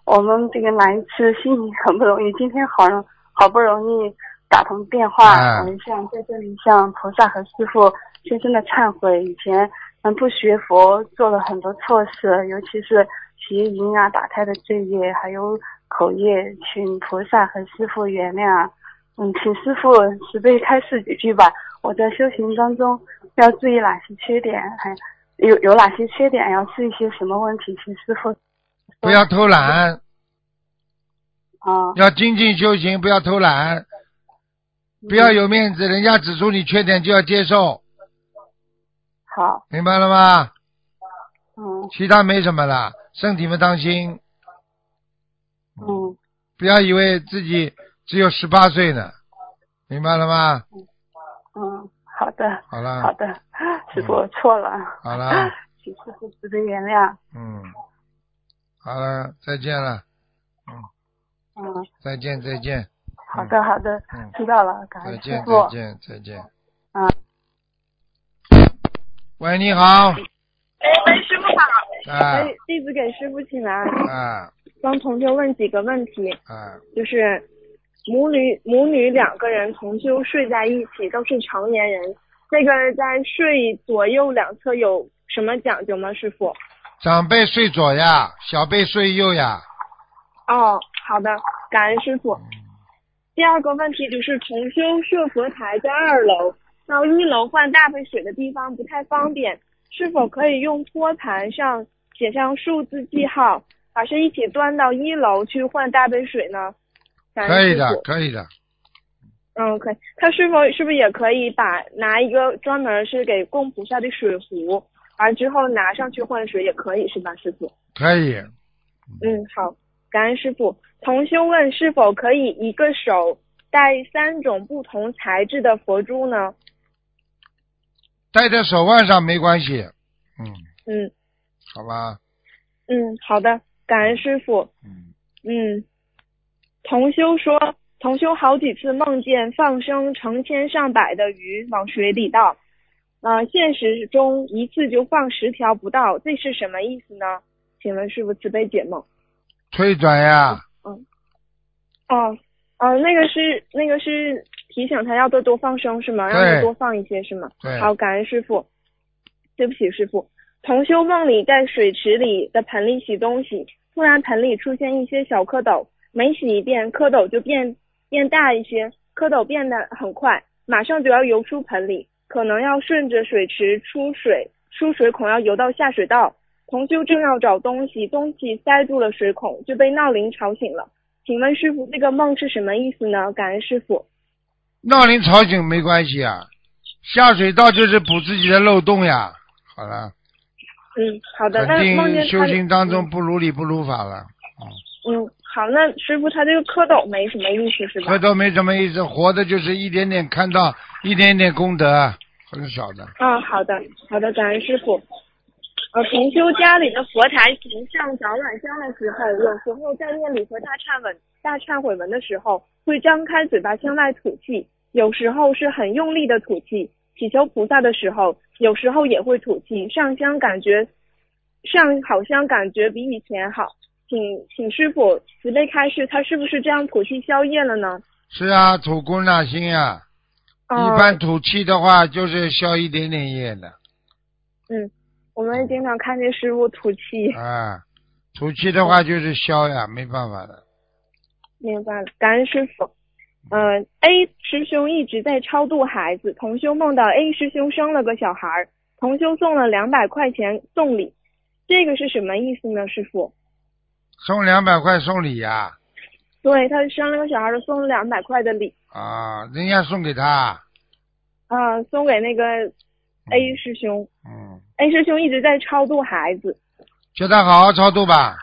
我们这个来一次心情很不容易，今天好容好不容易打通电话，哎我们想在这里向菩萨和师傅深深的忏悔，以前嗯不学佛，做了很多错事，尤其是邪淫啊、打胎的罪业，还有口业，请菩萨和师傅原谅。嗯，请师傅慈悲开示几句吧。我在修行当中要注意哪些缺点，还有有哪些缺点，要注意些什么问题？请师傅不要偷懒，啊，要精进修行，不要偷懒，嗯不要有面子，人家指出你缺点就要接受，好，明白了吗？嗯其他没什么了，身体们当心，嗯不要以为自己只有十八岁呢，明白了吗？嗯，好的好了，好的， 师傅嗯我错了，好了。 请师傅慈悲原谅。嗯，好了，再见了，嗯，再见，再见，好的好的嗯，知道了，感再恩师见，傅。再见，再见。嗯啊。喂，你好。哎喂，师傅好，啊哎，弟子给师傅请安，啊帮同修问几个问题，啊！就是母女母女两个人同修睡在一起，都是成年人，那个在睡左右两侧有什么讲究吗？师傅？长辈睡左呀，小辈睡右呀。哦，好的，感恩师傅。第二个问题就是同修设佛台在二楼，到一楼换大杯水的地方不太方便，是否可以用托盘上写上数字记号，把是一起端到一楼去换大杯水呢？感可恩以哎师的，傅。可以的，嗯，可以。他是否是不是也可以把拿一个专门是给供菩萨的水壶，完之后拿上去换水也可以是吧，师傅？可以。嗯，好，感恩师傅。同修问是否可以一个手戴三种不同材质的佛珠呢？戴在手腕上没关系。嗯，嗯好吧。嗯，好的，感恩师傅。嗯，嗯，同修说，同修好几次梦见放生成千上百的鱼往水里倒，嗯、现实中一次就放十条不到，这是什么意思呢？请问师傅慈悲解梦。退转呀，哦，哦，那个是那个是提醒他要多多放生是吗？让对他多放一些是吗？对好，感恩师傅。对不起，师傅。同修梦里在水池里的盆里洗东西，突然盆里出现一些小蝌蚪，每洗一遍，蝌蚪就变变大一些，蝌蚪变得很快，马上就要游出盆里，可能要顺着水池出水，出水孔要游到下水道。同修正要找东西，东西塞住了水孔，就被闹铃吵醒了。请问师傅，这个梦是什么意思呢？感恩师傅。闹铃吵醒没关系啊，下水道就是补自己的漏洞呀。好了，嗯，好的。肯那梦定见修他，行当中不如理不如法了。嗯，好，那师傅他这个蝌蚪没什么意思是吧？回头没什么意思，活的就是一点点看到一点点功德，啊很少的。嗯，好的，好的，感恩师傅。呃，重修家里的佛台形象早晚香的时候，有时候在念礼佛大忏文、大忏悔文的时候，会张开嘴巴向外吐气，有时候是很用力的吐气。祈求菩萨的时候，有时候也会吐气。上香感觉上好像感觉比以前好，请请师傅慈悲开示，他是不是这样吐气消业了呢？是啊，土功纳心啊，哦一般土气的话就是消一点点业的嗯，我们经常看见师傅吐气。 啊，土气的话就是消呀，没办法的。明白了，感恩师傅。嗯、a 师兄一直在超度孩子，同修梦到 A 师兄生了个小孩儿，同修送了两百块钱送礼，这个是什么意思呢，师傅？送两百块送礼呀、对他生了个小孩儿，送了两百块的礼，啊，人家送给他，啊、送给那个 A 师兄。嗯， A 师兄一直在超度孩子，叫他好好超度吧，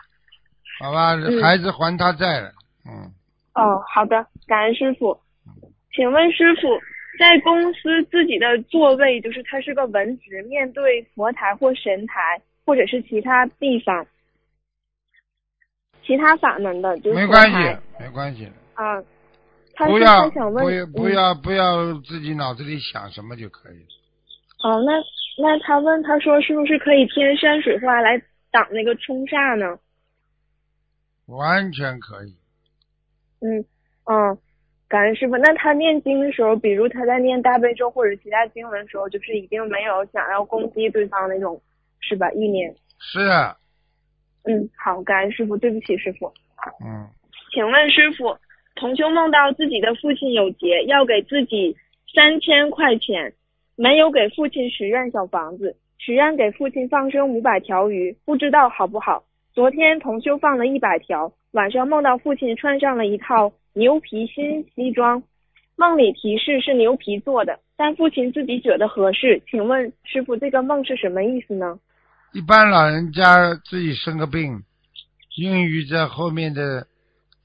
好吧，嗯孩子还他债了，嗯，哦，好的，感恩师傅。请问师傅，在公司自己的座位，就是它是个文职，面对佛台或神台，或者是其他地方，其他法门的，就是没佛关系台，没关系，啊。他不是要他想问，不要不嗯要不要自己脑子里想什么就可以了。哦，那那他问他说是不是可以添山水画来挡那个冲煞呢？完全可以。嗯嗯，感恩师傅。那他念经的时候，比如他在念大悲咒或者其他经文的时候，就是已经没有想要攻击对方那种，是吧？意念。是，啊嗯，好，感恩师傅，对不起师傅。嗯，请问师傅，同修梦到自己的父亲有劫，要给自己三千块钱，没有给父亲许愿小房子，许愿给父亲放生五百条鱼，不知道好不好？昨天同修放了一百条，晚上梦到父亲穿上了一套牛皮新西装，梦里提示是牛皮做的，但父亲自己觉得合适。请问师傅，这个梦是什么意思呢？一般老人家自己生个病，孕育着后面的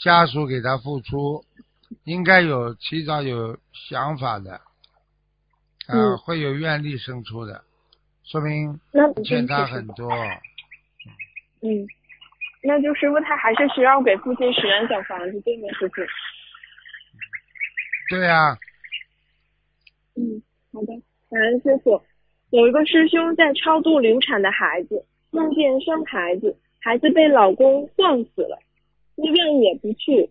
家属给他付出，应该有提早有想法的，啊、嗯会有愿力生出的，说明那不欠清楚他是很多。嗯，那就师傅他还是需要给父亲许愿小房子，对吗？师傅。对啊，嗯，好的，感恩师傅。有一个师兄在超度流产的孩子，梦见生孩子，孩子被老公撞死了，医院也不去，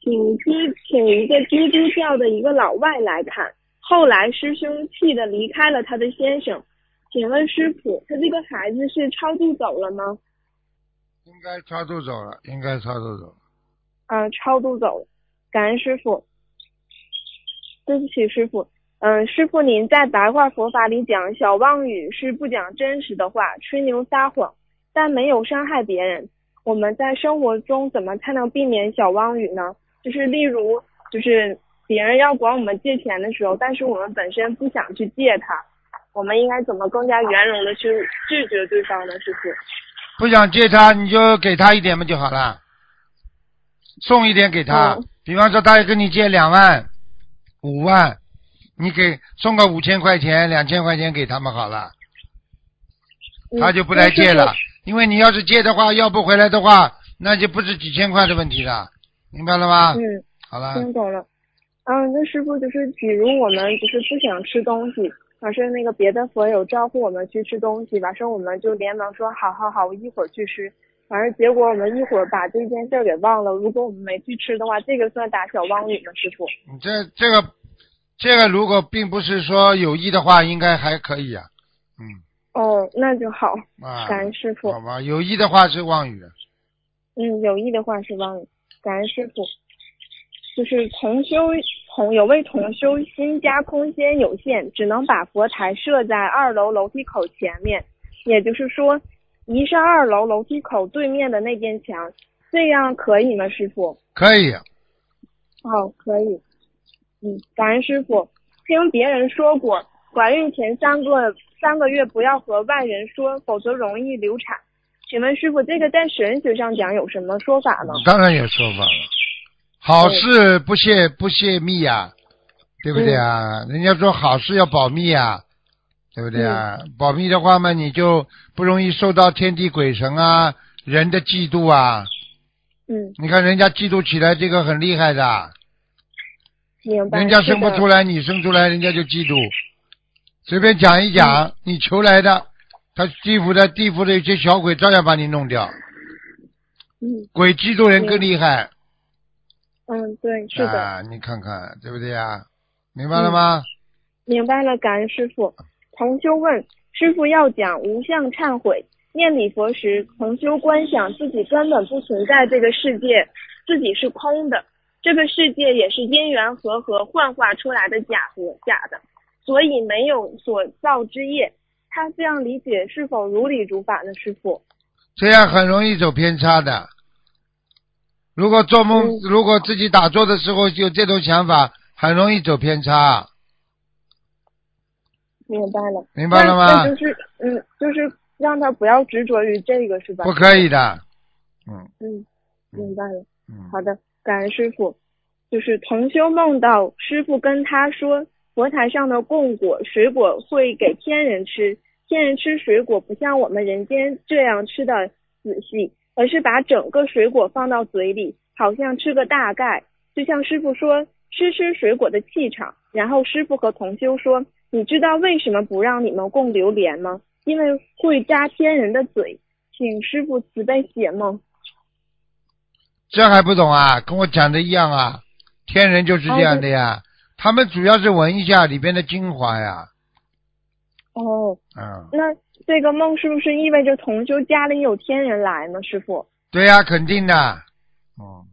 请基请一个基督教的一个老外来看。后来师兄气得离开了他的先生。请问师傅，他这个孩子是超度走了吗？应该超度走了，应该超度走了。嗯、超度走了，感恩师傅。对不起，师傅。嗯，师傅，您在白话佛法里讲，小妄语是不讲真实的话，吹牛撒谎，但没有伤害别人。我们在生活中怎么才能避免小妄语呢？就是例如，就是别人要管我们借钱的时候，但是我们本身不想去借他，我们应该怎么更加圆融的去拒绝对方呢？师傅？不想借他，你就给他一点不就好了？送一点给他，嗯比方说他跟你借两万、五万，你给送个五千块钱、两千块钱给他们好了，嗯他就不来借了。。因为你要是借的话，要不回来的话，那就不是几千块的问题了，明白了吗那师？傅嗯。好了，啊听懂了。嗯，那师傅就是，比如我们就是不想吃东西，老师，那个别的佛友招呼我们去吃东西，晚上我们就连忙说好好好，我一会儿去吃。反正结果我们一会儿把这件事儿给忘了。如果我们没去吃的话，这个算打小妄语吗？师傅，你这这个这个如果并不是说有意的话，应该还可以啊。嗯哦，那就好，啊，感恩师傅。好吧，有意的话是妄语。啊嗯，有意的话是忘了，感恩师傅。就是同修同有位同修新家空间有限，只能把佛台设在二楼楼梯口前面，也就是说，一上二楼楼梯口对面的那面墙，这样可以吗，师傅？可以，啊哦，可以。嗯，感恩师傅。听别人说过，怀孕前三个三个月不要和外人说，否则容易流产。请问师傅，这个在神学上讲有什么说法呢？当然有说法了。好事不泄不泄密呀、对不对啊？人家说好事要保密呀、对不对啊？保密的话嘛，你就不容易受到天地鬼神啊、人的嫉妒啊。嗯，你看人家嫉妒起来，这个很厉害的，啊明白。人家生不出来。来，你生出来，人家就嫉妒。随便讲一讲，你求来的，他地府的地府的有些小鬼照样把你弄掉，嗯鬼嫉妒人更嗯厉害。嗯，对，是的，嗯啊，你看看对不对啊？明白了吗？明白了。感恩师傅。同修问师傅要讲无相忏悔，念礼佛时，同修观想自己根本不存在这个世界，自己是空的，这个世界也是因缘和合幻化出来的假和假的，所以没有所造之业。他这样理解是否如理如法呢？师傅，这样很容易走偏差的。如果做嗯梦，如果自己打坐的时候有这种想法，很容易走偏差。明白了，明白了吗那那就是嗯，就是让他不要执着于这个是吧？不可以的。嗯嗯，明白了。嗯，好的，感恩师傅。就是同修梦到师傅跟他说，佛台上的供果、水果会给天人吃，天人吃水果不像我们人间这样吃的仔细，而是把整个水果放到嘴里，好像吃个大概。就像师傅说，吃吃水果的气场。然后师傅和同修说，你知道为什么不让你们供榴莲吗？因为会扎天人的嘴。请师傅慈悲解梦。这还不懂啊？跟我讲的一样啊。天人就是这样的呀，他们主要是闻一下里边的精华呀。哦，嗯，那这个梦是不是意味着同修家里有天人来呢？师傅，对呀、肯定的。嗯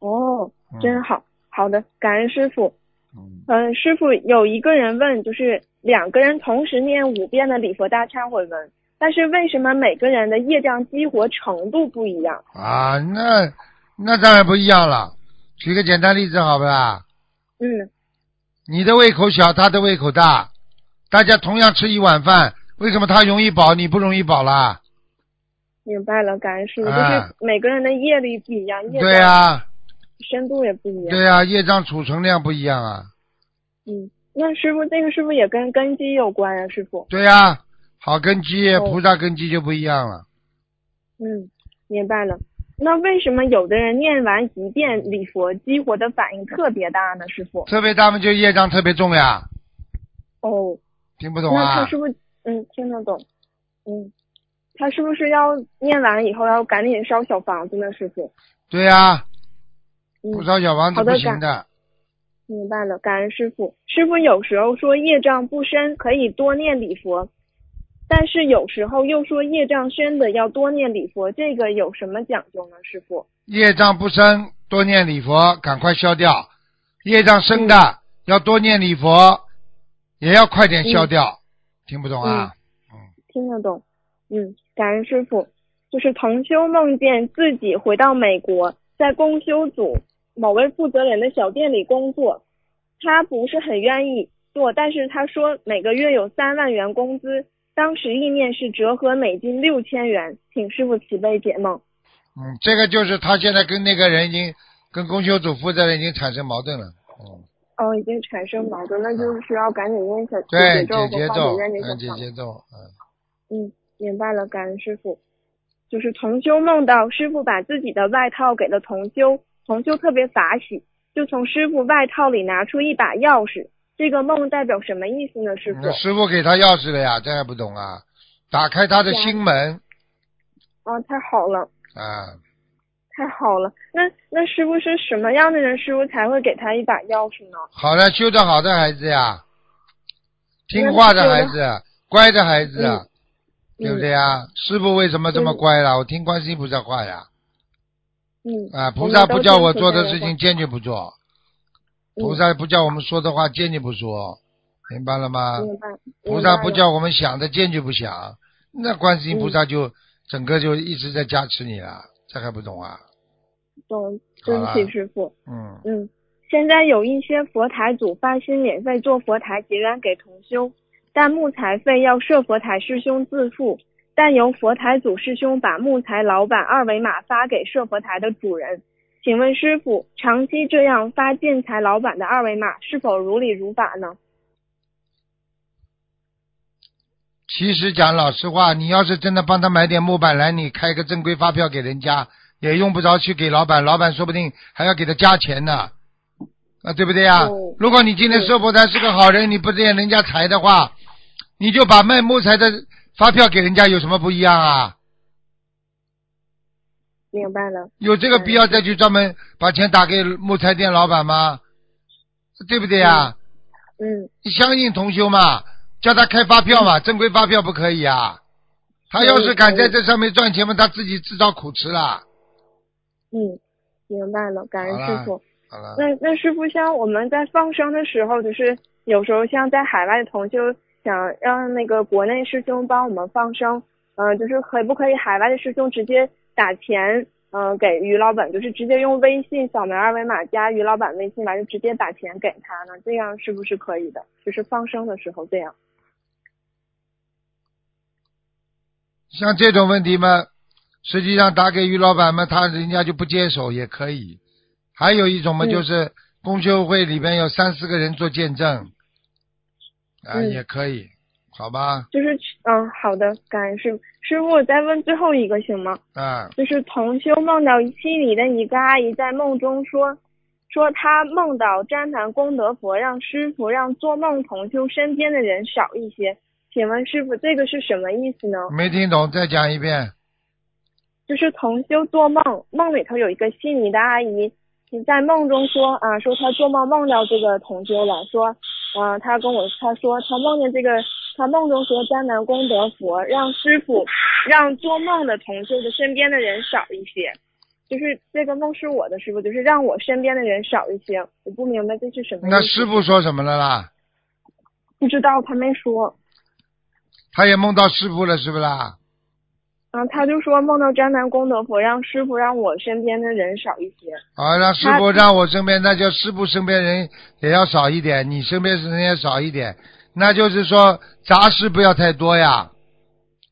哦，嗯真好，好的，感恩师傅。嗯，嗯、师傅有一个人问，就是两个人同时念五遍的礼佛大忏悔文，但是为什么每个人的业障激活程度不一样？啊，那那当然不一样了。举个简单例子好不啦？嗯，你的胃口小，他的胃口大，大家同样吃一碗饭，为什么他容易饱，你不容易饱啦？明白了，感恩师傅，就啊是每个人的业力不一样，业对啊障呀、深度也不一样。对呀、业障储存量不一样啊。嗯，那师傅这个是不是也跟根基有关啊？师傅，对呀、好根基，哦菩萨根基就不一样了。嗯，明白了。那为什么有的人念完一遍礼佛，激活的反应特别大呢？师傅，特别他们就业障特别重呀，哦，听不懂那他啊是？不是嗯听得懂？嗯，他是不是要念完以后要赶紧烧小房子呢？师傅，对呀、嗯，不烧小房子好的不行的。明白了，感恩师傅。师傅有时候说业障不深，可以多念礼佛，但是有时候又说业障深的要多念礼佛，这个有什么讲究呢？师傅，业障不深，多念礼佛，赶快消掉；业障深的、要多念礼佛，也要快点消掉。听不懂啊？听得懂，嗯，感恩师傅。就是同修梦见自己回到美国，在公修组某位负责人的小店里工作，他不是很愿意做，但是他说每个月有三万元工资，当时意念是折合美金六千元，请师傅慈悲解梦。嗯，这个就是他现在跟那个人已经跟公修组负责人已经产生矛盾了。嗯，哦，已经产生矛盾，那就是需要赶紧念小对，解咒解和节化奏，解冤结小嗯，解房子节奏，嗯，嗯，明白了，感恩师傅。就是同修梦到师傅把自己的外套给了同修，同修特别法喜，就从师傅外套里拿出一把钥匙，这个梦代表什么意思呢，师傅那？师傅给他钥匙了呀，这还不懂啊？打开他的心门啊，太好了，啊！太好了。那那师傅是什么样的人，师傅才会给他一把钥匙呢？好的，修得好的孩子呀，听话的孩子，乖的孩子，啊嗯对不对呀？师傅为什么这么乖啦？我听观世音菩萨话呀，嗯，啊，我菩们萨都不叫听我菩做萨的的事话情坚决不做，嗯菩萨不叫我们说的话坚决不说，明白了吗？明白。菩嗯明萨白不了嗯叫我们想的坚决不想，那观世音菩萨就、整个就一直在加持你了，这还不懂啊？懂，对不好了起，师傅。嗯，嗯，现在有一些佛台主发心免费做佛台结缘给同修，但木材费要设佛台师兄自付，但由佛台主师兄把木材老板二维码发给设佛台的主人。请问师傅，长期这样发建材老板的二维码是否如理如法呢？其实讲老实话，你要是真的帮他买点木板来，你开个正规发票给人家，也用不着去给老板，老板说不定还要给他加钱呢，啊，对不对呀、嗯如果你今天对收佛台是个好人，你不见人家财的话，你就把卖木材的发票给人家有什么不一样啊？明白了，有这个必要再去专门把钱打给木材店老板吗？对不对呀、嗯，你相信同修嘛？叫他开发票嘛，正规发票不可以啊。他要是敢在这上面赚钱嘛，他自己自找苦吃啦。嗯，明白了，感恩好啦师傅。好了，那那师傅，像我们在放生的时候，就是有时候像在海外的同修想让那个国内师兄帮我们放生，呃，就是可不可以海外的师兄直接打钱，嗯、给于老板，就是直接用微信扫描二维码加于老板微信完就直接打钱给他呢？这样是不是可以的？就是放生的时候这样。像这种问题嘛，实际上打给于老板嘛，他人家就不接手也可以。还有一种嘛，嗯就是公修会里边有三四个人做见证，啊，嗯也可以，好吧？就是嗯，好的，感恩师傅。师傅，我再问最后一个行吗？啊，就是同修梦到西里的一个阿姨在梦中说，说她梦到旃檀功德佛让师傅让做梦同修身边的人少一些，请问师傅这个是什么意思呢？没听懂，再讲一遍。就是同修做梦，梦里头有一个悉尼的阿姨，在梦中说啊，说她做梦梦到这个同修了，说，啊，她跟我她说她梦见这个，她梦中说迦南功德佛让师傅让做梦的同修的身边的人少一些，就是这个梦是我的师傅，就是让我身边的人少一些，我不明白这是什么意思。那师傅说什么了啦？不知道，他没说。他也梦到师傅了，是不啦？嗯，他就说梦到迦南功德佛让师傅让我身边的人少一些。啊，让师傅让我身边，那就师傅身边人也要少一点，你身边人也少一点，那就是说杂事不要太多呀，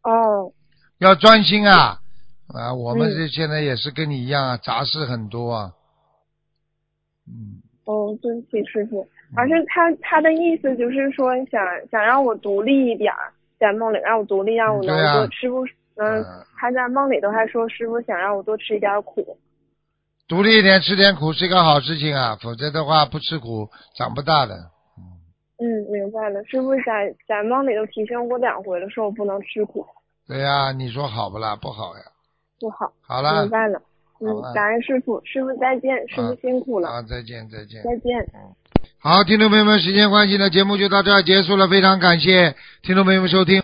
哦，要专心啊。啊，我们嗯这现在也是跟你一样啊，杂事很多啊。嗯，哦，对不起，师傅，而是他他的意思就是说想想让我独立一点儿，在梦里让我独立，让我能对啊多、师傅，嗯、嗯他在梦里头还说师傅想让我多吃一点苦，独立一点，吃点苦是一个好事情啊，否则的话不吃苦长不大的。嗯，明白了，师傅在在梦里头提醒我两回了，说我不能吃苦，对呀、你说好不啦？不好呀。不好，好了明，白了，好嗯了，感恩师傅，师傅再见，师傅啊辛苦了，啊，再见，再见。再见。好，听众朋友们，时间关系呢，节目就到这儿结束了，非常感谢听众朋友们收听。